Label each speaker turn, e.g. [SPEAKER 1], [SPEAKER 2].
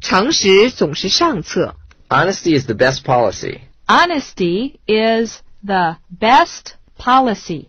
[SPEAKER 1] 诚实总是上策。
[SPEAKER 2] Honesty is the best policy.
[SPEAKER 3] Honesty is the best policy.